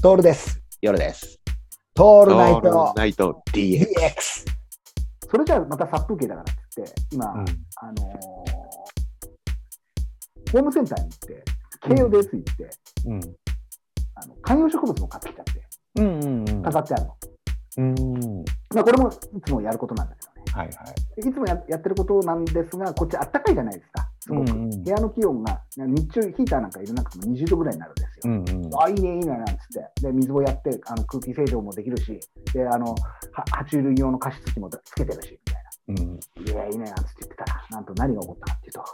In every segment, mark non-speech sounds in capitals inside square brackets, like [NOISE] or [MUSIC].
トールです。夜です。トオールナイトナイト DX。 DX。それじゃあまた殺風景だからってって、今、うんあのーホームセンターに行って、慶応です行って、うんあの観葉植物も買ってきちゃって、うんうんうん飾ってあるの。うんまあ、これもいつもやることなんだけどね。はいはい。でいつもややってることなんですが、こっちあったかいじゃないですか、すごく。うんうん部屋の気温が日中ヒーターなんか入れなくても20度ぐらいになるんですよ。うんうんあいいね、いいねなんつって、で水をやってあの空気清浄もできるし、であのは爬虫類用の加湿器もつけてるし、うんみたいな。いや、いいねなんつって言ってたら、なんと何が起こったかっていうと、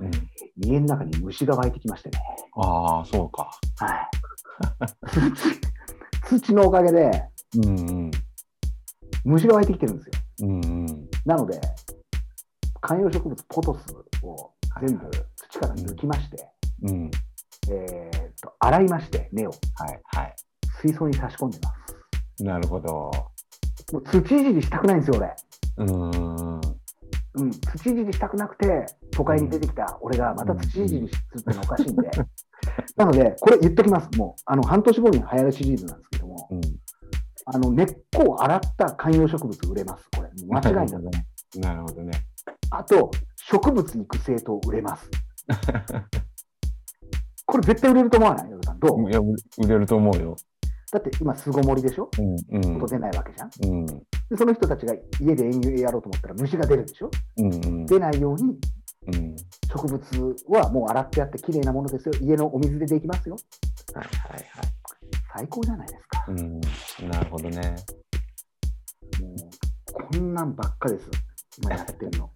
うん家の中に虫が湧いてきましてね、ああ、そうか。はい、 [LAUGHS] 土土のおかげでうんうん虫が湧いてきてるんですよ。うんうんなので、観葉植物ポトスを全部土から抜きまして、うんえーっと洗いまして、根をはいは水槽に差し込んでます。い。なるほど。もう土いじりしたくないんですよ、俺。うんうん、土いじりしたくなくて、都会に出てきた俺がまた土いじりするってのおかしいんで、 [LAUGHS] なので、これ言っときます、もう、あの半年後に流行るシリーズなんですけども、うん。あの根っこを洗った観葉植物売れます、これ、もう間違いなく。ね。なるほどね。あと、植物育成と売れます。これ絶対売れると思わないよ、さんどう、いや売売れると思うよ。だって今、巣ごもりでしょ、うんうん音出ないわけじゃん。うんで、その人たちが家で園芸やろうと思ったら虫が出るでしょ、うんうん出ないようにうん植物はもう洗ってあって、きれいなものですよ、家のお水でできますよ。はいはいはい。最高じゃないですか。うん、なるほどね。もうこんなんばっかです。今やってるの。